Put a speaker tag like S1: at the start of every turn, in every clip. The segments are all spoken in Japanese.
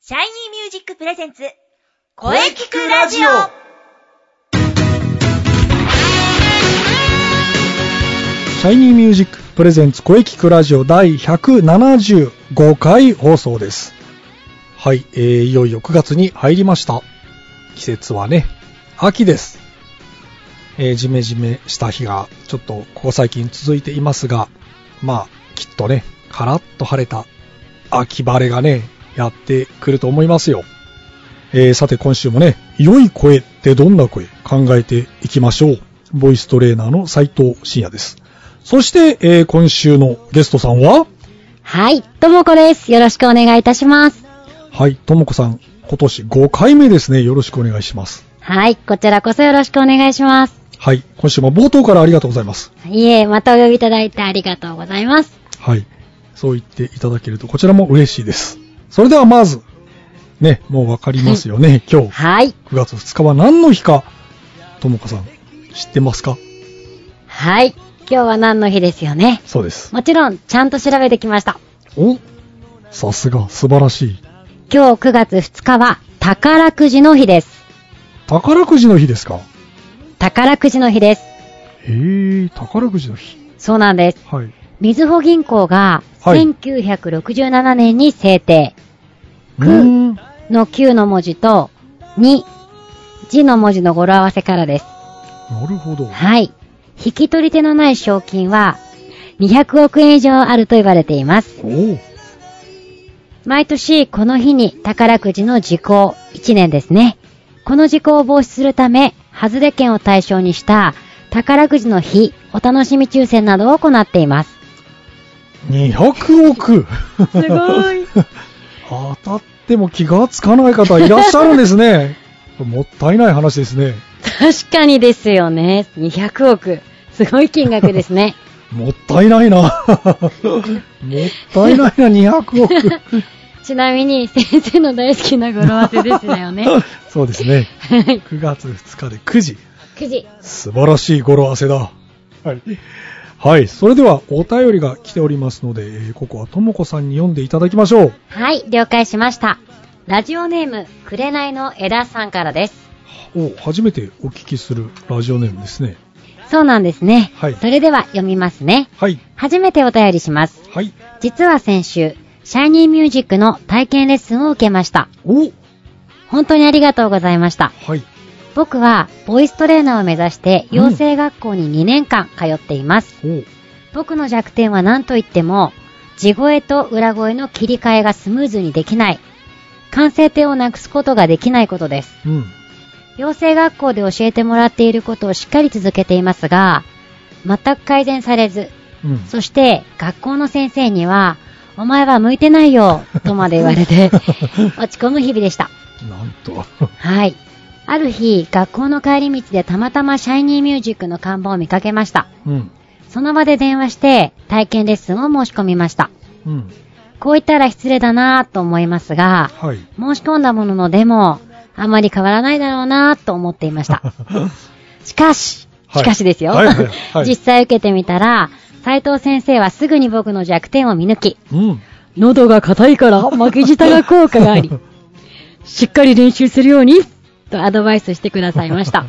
S1: シャイニーミュージックプレゼンツ、
S2: 声聞くラジオ
S3: シャイニーミュージックプレゼンツ声聞くラジオ第175回放送です。はい、えー、いよいよ9月に入りました。季節はね、秋です。えー、ジメジメした日がちょっとここ最近続いていますが、まあ、きっとね、カラッと晴れた秋晴れがね、やってくると思いますよ。えーさて今週もね、良い声ってどんな声考えていきましょう。ボイストレーナーの斉藤慎也です。そして、えー今週のゲストさんは
S4: はい、ともこです。よろしくお願いいたします。
S3: はい、ともこさん。今年5回目ですね。よろしくお願いします。
S4: はい、こちらこそよろしくお願いします。
S3: はい、今週も冒頭からありがとうございます。
S4: いえ、またお呼びいただいてありがとうございます。
S3: はい。そう言っていただけると、こちらも嬉しいです。それではまず、ね、もうわかりますよね。今日、
S4: はい、
S3: 9月2日は何の日か、ともこさん、知ってますか
S4: はい、今日は何の日ですよね。
S3: そうです。
S4: もちろん、ちゃんと調べてきました。
S3: おさすが、素晴らしい。
S4: 今日9月2日は、宝くじの日です。
S3: 宝くじの日ですか
S4: 宝くじの日です。
S3: へえ、宝くじの日。
S4: そうなんです。
S3: はい。
S4: みずほ銀行が、
S3: はい
S4: 1967年に制定
S3: うーん。
S4: の9の文字と、2、字の文字の語呂合わせからです。
S3: なるほど。
S4: はい。引き取り手のない賞金は、200億円以上あると言われています。
S3: おお。
S4: 毎年この日に宝くじの時効1年ですね。この時効を防止するため、外れ券を対象にした宝くじの日、お楽しみ抽選などを行っています。
S3: 200億
S4: すごい。
S3: 当たっても気がつかない方いらっしゃるんですね。 もったいない話ですね。
S4: 確かにですよね。200億。すごい金額です ね。
S3: もったいない な。もったいないな、200億。
S4: ちなみに先生の大好きな語呂合わせですよ ね。は
S3: そうですね。
S4: い。
S3: 9月2日で9時。
S4: 9時。
S3: 素晴らしい語呂合わせだ。はい。はい。それでは、お便りが来ておりますので、えーここはともこさんに読んでいただきましょう。
S4: はい、了解しました。ラジオネーム、くれないの枝さんからです。
S3: お、初めてお聞きするラジオネームですね。
S4: そうなんですね。
S3: はい
S4: それでは読みますね。
S3: はい。
S4: 初めてお便りします。
S3: はい。
S4: 実は先週、シャイニーミュージックの体験レッスンを受けました。
S3: お
S4: 本当にありがとうございました。
S3: はい。
S4: 僕は、ボイストレーナーを目指して、養成学校に2年間通っています。
S3: お
S4: 僕の弱点は何と言っても、地声と裏声の切り替えがスムーズにできない。完成点をなくすことができないことです。
S3: うん。
S4: 養成学校で教えてもらっていることをしっかり続けていますが、全く改善されず、
S3: うん。
S4: そして学校の先生には、お前は向いてないよ、とまで言われて、落ち込む日々でした。
S3: なんと。
S4: はい。ある日、学校の帰り道でたまたまシャイニーミュージックの看板を見かけました。
S3: うん。
S4: その場で電話して、体験レッスンを申し込みました。
S3: うん。
S4: こう言ったら失礼だなぁと思いますが、
S3: はい。
S4: 申し込んだもののでも、あまり変わらないだろうなぁと思っていました。しかし、
S3: はい
S4: しかしですよ。
S3: はいはいはい
S4: 実際受けてみたら、斉藤先生はすぐに僕の弱点を見抜き、
S3: うん。
S4: 喉が硬いから 巻き舌が効果があり、 しっかり練習するように、とアドバイスしてくださいま した。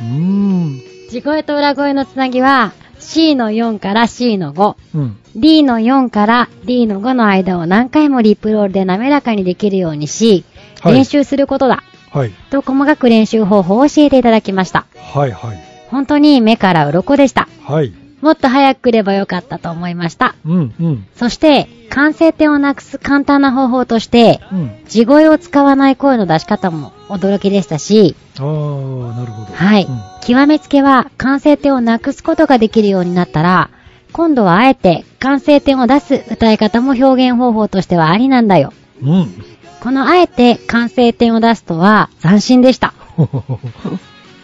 S3: うーん。
S4: 地声と裏声のつなぎは、C の4から C の5、
S3: うん。
S4: D の4から D の5の間を何回もリップロールで滑らかにできるようにし、
S3: はい
S4: 練習することだ、
S3: はい。
S4: と細かく練習方法を教えていただきました。
S3: はいはい。
S4: 本当に目から鱗でした。
S3: はい。
S4: もっと早く来ればよかったと思いました。
S3: うん。うん。
S4: そして、完成点をなくす簡単な方法として、
S3: うん。
S4: 地声を使わない声の出し方も驚きでしたし、
S3: あー、なるほど。
S4: はい。
S3: う
S4: 極めつけは、完成点をなくすことができるようになったら、今度はあえて、完成点を出す歌い方も表現方法としてはありなんだよ。
S3: ん。うん。
S4: このあえて、完成点を出すとは、斬新でした。表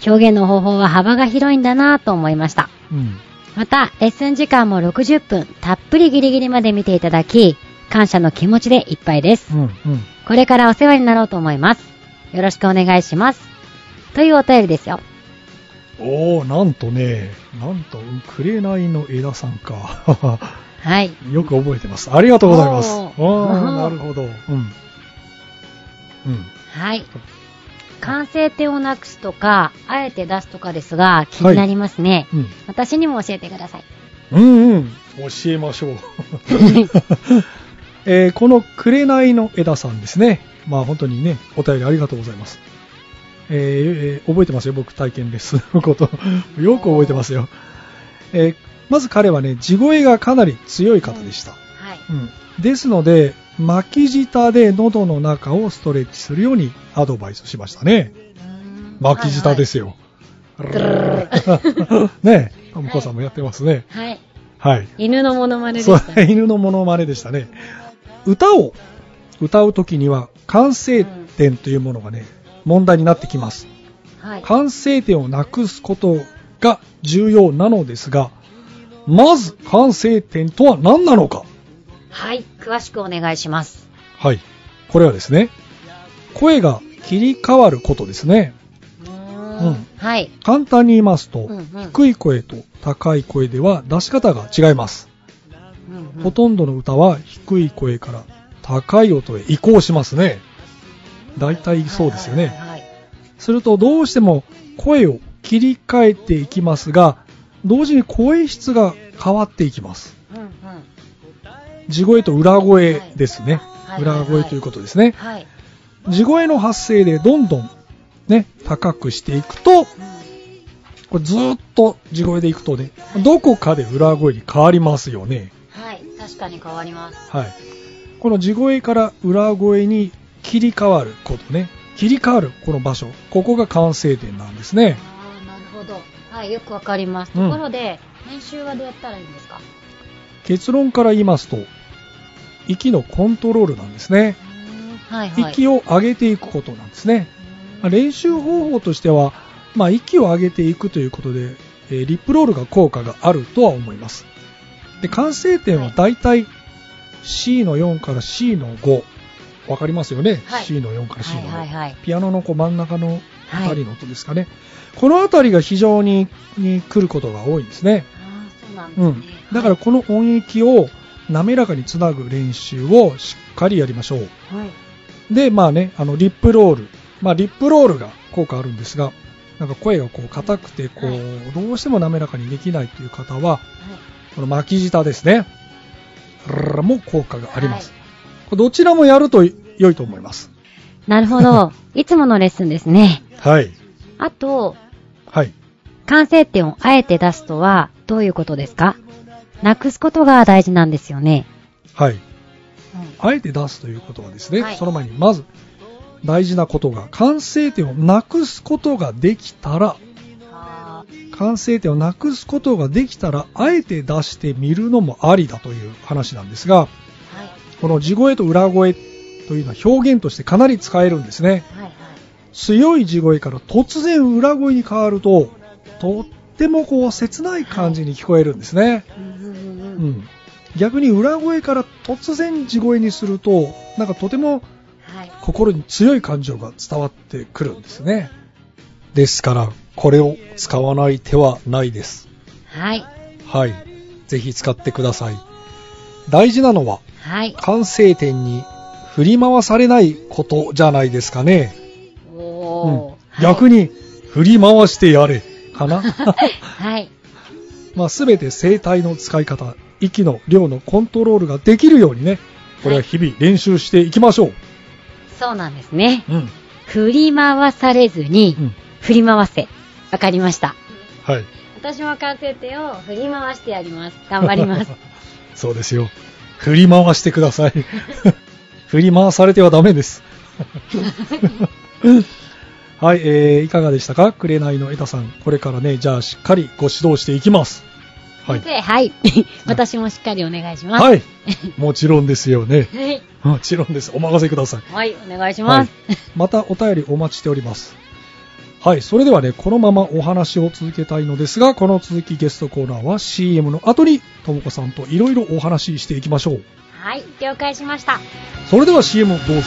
S4: 現の方法は幅が広いんだなぁと思いました。
S3: うん。
S4: また、レッスン時間も60分、たっぷりギリギリまで見ていただき、感謝の気持ちでいっぱいです。
S3: うん。うん。
S4: これからお世話になろうと思います。よろしくお願いします。というお便りですよ。
S3: おー、なんとね、なんと、紅の枝さんか。
S4: はい。
S3: よく覚えてます。ありがとうございます。あ
S4: おー
S3: あ、なるほど。うん。うん。
S4: はい。完成点をなくすとか、あえて出すとかですが、気になりますね。
S3: うん。
S4: 私にも教えてください。
S3: うんうん。教えましょう。 えーこの紅の枝さんですね。まあ本当にね、お便りありがとうございます。えーえー覚えてますよ、僕体験レッスンのこと。よく覚えてますよ。えーまず彼はね、地声がかなり強い方でした。
S4: はい。
S3: うん。ですので、巻き舌で喉の中をストレッチするようにアドバイスしましたね。巻き舌ですよ。ねえ、ともこさんもやってますね。
S4: はい。はい。
S3: はい。
S4: 犬のモノマネでし
S3: そう
S4: た。、
S3: 犬のモノマネでしたね。歌を歌うときには、完成点というものがね、問題になってきます。
S4: はい。
S3: 完成点をなくすことが重要なのですが、まず完成点とは何なのか
S4: はい。詳しくお願いします。
S3: はい。これはですね、声が切り替わることですね。う
S4: う
S3: ん
S4: ーんはい。
S3: 簡単に言いますと、
S4: うんうん
S3: 低い声と高い声では出し方が違います。
S4: うんうん
S3: ほとんどの歌は低い声から高い音へ移行しますね。大体そうですよ
S4: はい
S3: ね。
S4: はい
S3: するとどうしても声を切り替えていきますが、同時に声質が変わっていきます。
S4: はい。
S3: 地声と裏声ですね
S4: は。い
S3: 裏声ということですね。
S4: はい。
S3: 地声の発声でどんどんね、高くしていくと、これずーっと地声でいくとね、どこかで裏声に変わりますよね。
S4: はい。確かに変わります。
S3: はい。この地声から裏声に切り替わることね。切り替わるこの場所。ここが完成点なんですね。
S4: ああ、なるほど。はい。よくわかります。
S3: うん
S4: ところで、練習はどうやったらいいんですか
S3: 結論から言いますと、息のコントロールなんですね。
S4: はいはい。
S3: 息を上げていくことなんですね。まあ練習方法としては、まあ、息を上げていくということで、えーリップロールが効果があるとは思います。で、完成点はだいたい C の4から C の5。わかりますよね、
S4: はい
S3: ?C の4から C の5。
S4: はいはいはい
S3: ピアノのこう真ん中のあた
S4: はい
S3: りの音ですかね。このあたりが非常にに来ることが多いんですね。
S4: あーそうなんで
S3: う
S4: す
S3: ん
S4: ね。
S3: だからこの音域を滑らかにつなぐ練習をしっかりやりましょう。
S4: はい。
S3: で、まあね、あの、リップロール。まあ、リップロールが効果あるんですが、なんか声がこう、硬くて、こ
S4: は
S3: う、どうしても滑らかにできないという方は、この巻き舌ですね。も効果があります。これどちらもやると良いと思います。
S4: なるほど。いつものレッスンですね。
S3: はい。
S4: あと、
S3: はい。
S4: 完成点をあえて出すとは、どういうことですかなくすことが大事なんですよね。
S3: はい。あえて出すということはですね、
S4: はい
S3: その前にまず、大事なことが、完成点をなくすことができたら、
S4: は
S3: 完成点をなくすことができたら、あえて出してみるのもありだという話なんですが、
S4: い。
S3: この地声と裏声というのは表現としてかなり使えるんですね。
S4: はいはい。
S3: 強い地声から突然裏声に変わると、とってもこう切ない感じに聞こえるんですね。
S4: うん
S3: う。ん。逆に裏声から突然地声にすると、なんかとても
S4: はい。
S3: 心に強い感情が伝わってくるんですね。ですから、これを使わない手はないです。
S4: はい。
S3: はい。ぜひ使ってください。大事なのは、
S4: はい。
S3: 完成点に振り回されないことじゃないですかね。
S4: おー。
S3: 逆
S4: に。
S3: に、振り回してやれ。か な
S4: はい。
S3: まあ、すべて声帯の使い方、息の量のコントロールができるようにね、これは日々練習していきましょう。
S4: そうなんですね。
S3: うん。
S4: 振り回されずに
S3: うん、
S4: 振り回せ。わかりました。
S3: はい。
S4: 私も完成点を振り回してやります。頑張ります。
S3: そうですよ。振り回してください。 振り回されてはダメです。 はい、えー、いかがでしたか紅の枝さん。これからね、じゃあしっかりご指導していきます。 はい
S4: 先。生はい。 私もしっかりお願いします。。
S3: はいい。もちろんですよね。
S4: はい。
S3: もちろんです。お任せください。
S4: はい、お願いします。
S3: はい、またお便りお待ちしております。はい、それではね、このままお話を続けたいのですが、この続きゲストコーナーは CM の後に、ともこさんといろいろお話ししていきましょう。
S4: はい、了解しました。
S3: それでは CM をどうぞ。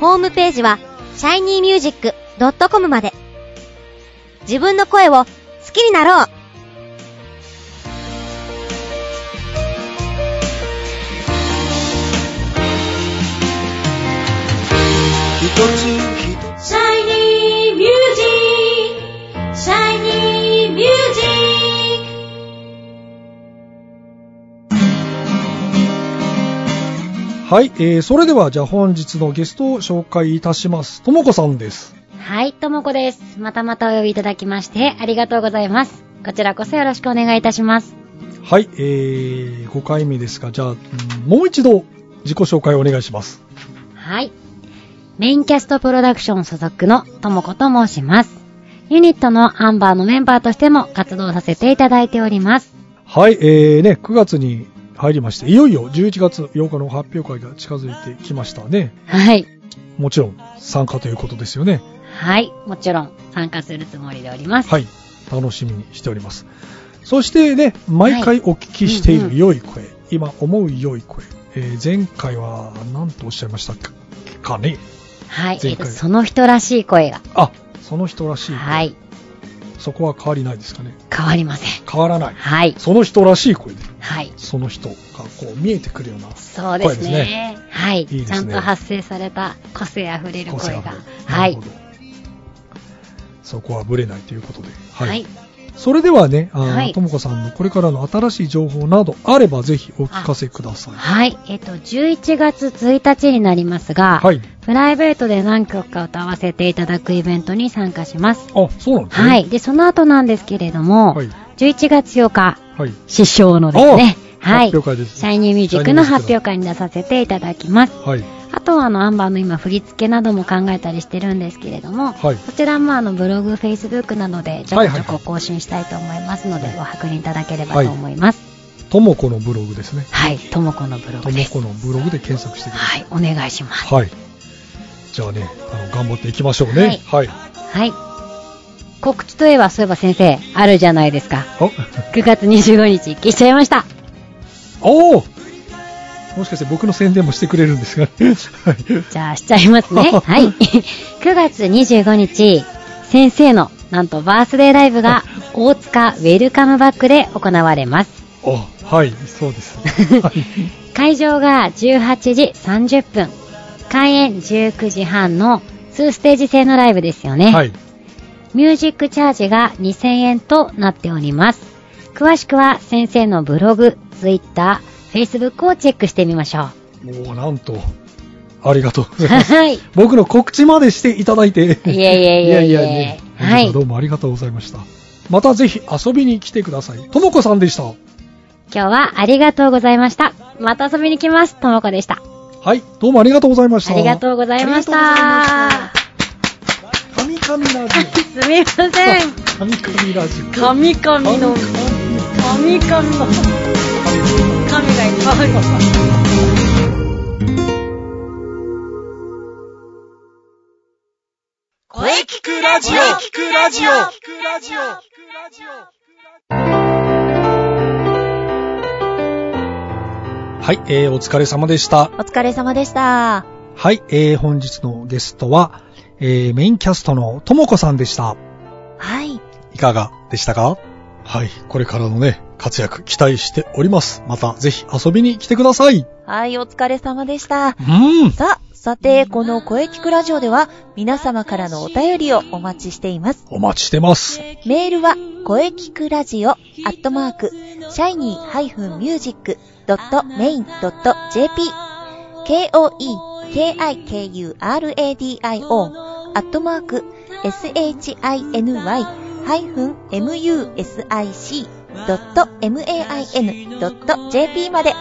S5: ホームページは shinymusic.com まで自分の声を好きになろう
S2: シャイニーミュージックシャイニーミュージッ
S3: はい、えー、それではじゃあ本日のゲストを紹介いたします。ともこさんです。
S4: はい、ともこです。またまたお呼びいただきまして、ありがとうございます。こちらこそよろしくお願いいたします。
S3: はい、えー、5回目ですが、じゃあ、うんもう一度自己紹介をお願いします。
S4: はい。メインキャストプロダクション所属のともこと申します。ユニットのアンバーのメンバーとしても活動させていただいております。
S3: はい、えー、ね、9月に入りまして、いよいよ11月8日の発表会が近づいてきましたね。
S4: はい。
S3: もちろん参加ということですよね。
S4: はい。もちろん参加するつもりでおります。
S3: はい、楽しみにしております。そしてね、毎回お聞きしてい
S4: はいうんう
S3: る
S4: ん
S3: 良い声、今思う良い声、えー前回は何とおっしゃいましたかかね
S4: はい。え
S3: 前回
S4: っと、その人らしい声が。
S3: あ、その人らしい声、
S4: はい。
S3: そこは変わりないですかね。
S4: 変わりません。
S3: 変わらない。
S4: はい。
S3: その人らしい声で、
S4: はい。
S3: その人がこう見えてくるような、
S4: そうで
S3: 声
S4: すね。
S3: ですね
S4: はい
S3: ですね
S4: ちゃんと発生された個性あふれる
S3: 個性
S4: 声
S3: あ
S4: が
S3: ふ。れ
S4: は
S3: ないる。ほどそこはぶれないということで。はい。
S4: はい。
S3: それではね、
S4: は
S3: あ
S4: い
S3: ーともこさんのこれからの新しい情報などあればぜひお聞かせください。
S4: はい。えっと、11月1日になりますが、
S3: はい。
S4: プライベートで何曲か歌わせていただくイベントに参加します。
S3: あ、そうなんですね。
S4: はい。で、その後なんですけれども、
S3: はい。
S4: 11月8日、
S3: はい。
S4: 師匠のですね、はい。
S3: 発表会です
S4: シャイニーミュージックの発表会に出させていただきます。
S3: はい。
S4: あとはあの、アンバーの今振り付けなども考えたりしてるんですけれども、
S3: はい
S4: そちらもあの、ブログ、フェイスブックなどでちょ
S3: は
S4: こ
S3: いは
S4: ち
S3: い
S4: ょ
S3: はい
S4: こ更新したいと思いますので、
S3: はい
S4: ご確認いただければと思います。
S3: ともこのブログですね。
S4: はい。ともこのブロ
S3: と
S4: グ
S3: も
S4: です。
S3: このブログで検索してくださ。
S4: はいい。お願いします。
S3: はい。じゃあね、あの、頑張っていきましょうね。はい。
S4: はい。告知といえば、そういえば先生、あるじゃないですか。
S3: あ、
S4: 9月25日、消しちゃいました。
S3: おおもしかして僕の宣伝もしてくれるんですが、 ね、はい。
S4: じゃあ、しちゃいますね。はい。9月25日、先生の、なんとバースデーライブが、大塚ウェルカムバックで行われます。
S3: あ、はい、そうです。はい。
S4: 会場が18時30分、開演19時半の2ステージ制のライブですよね。
S3: はい。
S4: ミュージックチャージが2000円となっております。詳しくは先生のブログ、ツイッター、フェイスブックをチェックしてみましょ
S3: もうなんと、ありがとうご
S4: う。
S3: ざい ます。
S4: はい。
S3: 僕の告知までしていただいて。い
S4: えいえいえいえ
S3: ね
S4: はい
S3: どうもありがとうございました。またぜひ遊びに来てください。ともこさんでした。
S4: 今日はありがとうございました。また遊びに来ます。ともこでした。
S3: はい、どうもありがとうございました。
S4: ありがとうございました。
S3: カミカミラジ
S4: すみません。
S3: オ。カミカミラジオ。
S4: 神々の、神々の、神がいっぱいある。
S2: ク声聞くラジオ声聞くラジオ
S3: はい、えー、お疲れ様でした。
S5: お疲れ様でした。
S3: はい、えー、本日のゲストは、えー、メインキャストのともこさんでした。
S5: はい。
S3: いかがでしたかはい、これからのね、活躍期待しております。またぜひ遊びに来てください。
S6: はい、お疲れ様でした。
S3: うん。
S6: さあ、さて、この声聞くラジオでは、皆様からのお便りをお待ちしています。
S3: お待ちしてます。
S6: メールは、声聞くラジオ、アットマーク、shiny-music.main.jp、k-o-e-k-i-k-u-r-a-d-i-o、アットマーク、shiny-music.main.jp まで、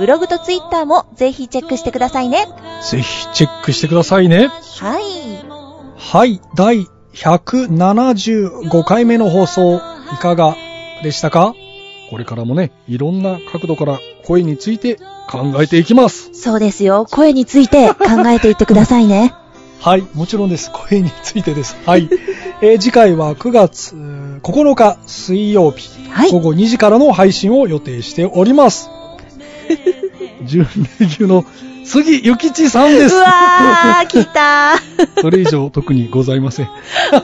S6: ブログとツイッターもぜひチェックしてくださいね。
S3: ぜひチェックしてくださいね。
S6: はい。
S3: はい、第175回目の放送、いかがでしたかこれからもね、いろんな角度から声について考えていきます。
S6: そうですよ。声について考えていってくださいね。
S3: はい、もちろんです。声についてです。はい。えー次回は9月うー9日水曜日、
S6: はい
S3: 午後2時からの配信を予定しており ます。準レギュの杉ゆきちさんです
S6: う。わー、来 たー。
S3: それ以上特にございません。
S6: あー、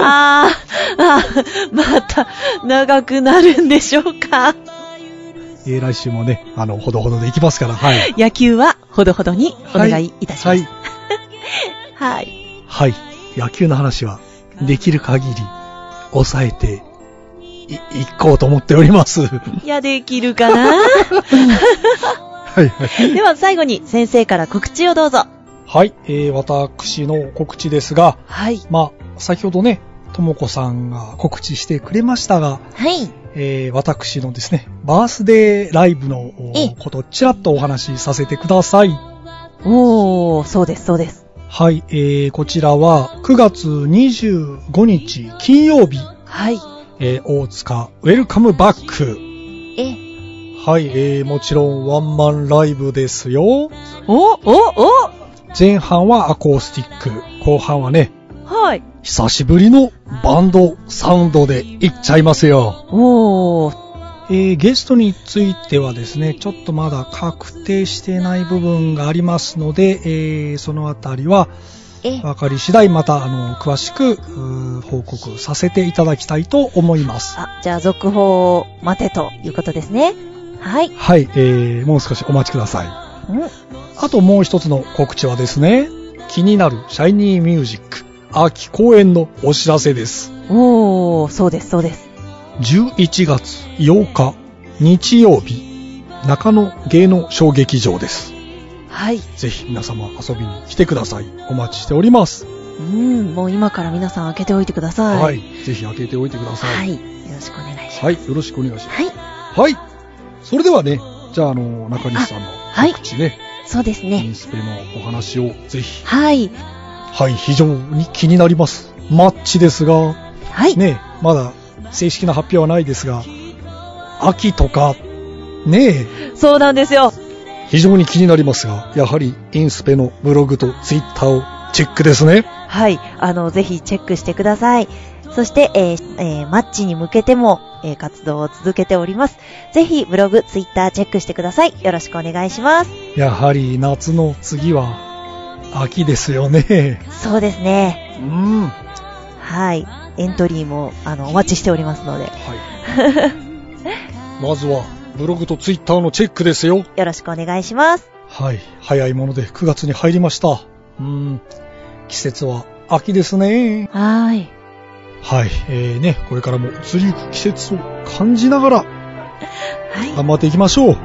S6: あー、また長くなるんでしょうか。
S3: えー来週もね、あの、ほどほどでいきますから、はい。
S6: 野球はほどほどにお願いいたします。
S3: は
S6: はい。
S3: い。はい。野球の話は、できる限り、抑えて、い、いこうと思っております。 はい
S6: や、できるかな
S3: いはい。
S6: では最後に先生から告知をどうぞ。
S3: はい。えー、私の告知ですが、
S6: はい。
S3: まあ、先ほどね、ともこさんが告知してくれましたが、
S6: はい。
S3: えー、私のですね、バースデーライブのお
S6: ええ
S3: こと、ちらっとお話しさせてください。
S6: おー、そうです、そうです。
S3: はい、えー、こちらは9月25日金曜日、
S6: はい。
S3: えー大塚ウェルカムバック。
S5: え、
S3: はい、えー、もちろんワンマンライブですよ。
S6: お、お、お
S3: 前半はアコースティック、後半はね、
S6: はい。
S3: 久しぶりのバンドサウンドでいっちゃいますよ。
S6: おー、
S3: えー、ゲストについてはですね、ちょっとまだ確定してない部分がありますので、えー、そのあたりは、
S5: え、
S3: わかり次第また、あの、詳しく、うー報告させていただきたいと思います。
S6: あ、じゃあ続報を待てということですね。はい。
S3: はい、えー、もう少しお待ちください。あともう一つの告知はですね、気になるシャイニーミュージック秋公演のお知らせです。
S6: おー、そうです、そうです。
S3: 11月8日日曜日、中野芸能小劇場です。
S6: はい。
S3: ぜひ皆様遊びに来てください。お待ちしております。
S6: うん、もう今から皆さん開けておいてください。
S3: はい。。ぜひ開けておいてください。
S6: は。
S3: はいい。
S6: よろしくお願いします。
S3: よろしくお願いします。
S5: はい、
S3: はい。それではね、じゃあ、あの、中西さんの
S6: はい
S3: 告知ね、
S5: そうです
S3: イ
S5: ね。
S3: ンスペのお話をぜひ。
S6: はい。
S3: はい、非常に気になります。マッチですが、
S6: はい。
S3: ねえ、まだ正式な発表はないですが、秋とか、ねえ、
S6: そうなんですよ。
S3: 非常に気になりますが、やはりインスペのブログとツイッターをチェックですね。
S6: はい。あの、ぜひチェックしてください。そして、えーえーマッチに向けても、えー活動を続けております。ぜひ、ブログ、ツイッターチェックしてください。よろしくお願いします。
S3: やはり夏の次は秋ですよね。
S6: そうですね。
S3: うん。は
S6: はい。エントリーも、あの、お待ちしておりますので、
S3: い。 まずはブログとツイッターのチェックですよ。
S6: よろしくお願いします。
S3: はい。早いもので9月に入りました。うん。季節は秋ですね。
S6: はい。
S3: はい。えー、ね、これからも移りゆく季節を感じながら
S6: はい。
S3: 頑張っていきましょ
S6: は
S3: う。
S6: い。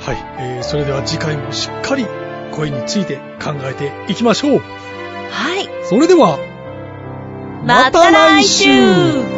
S3: はい、えーそれでは次回もしっかり声について考えていきましょ
S6: は
S3: う。
S6: い。
S3: それでは、
S6: また来週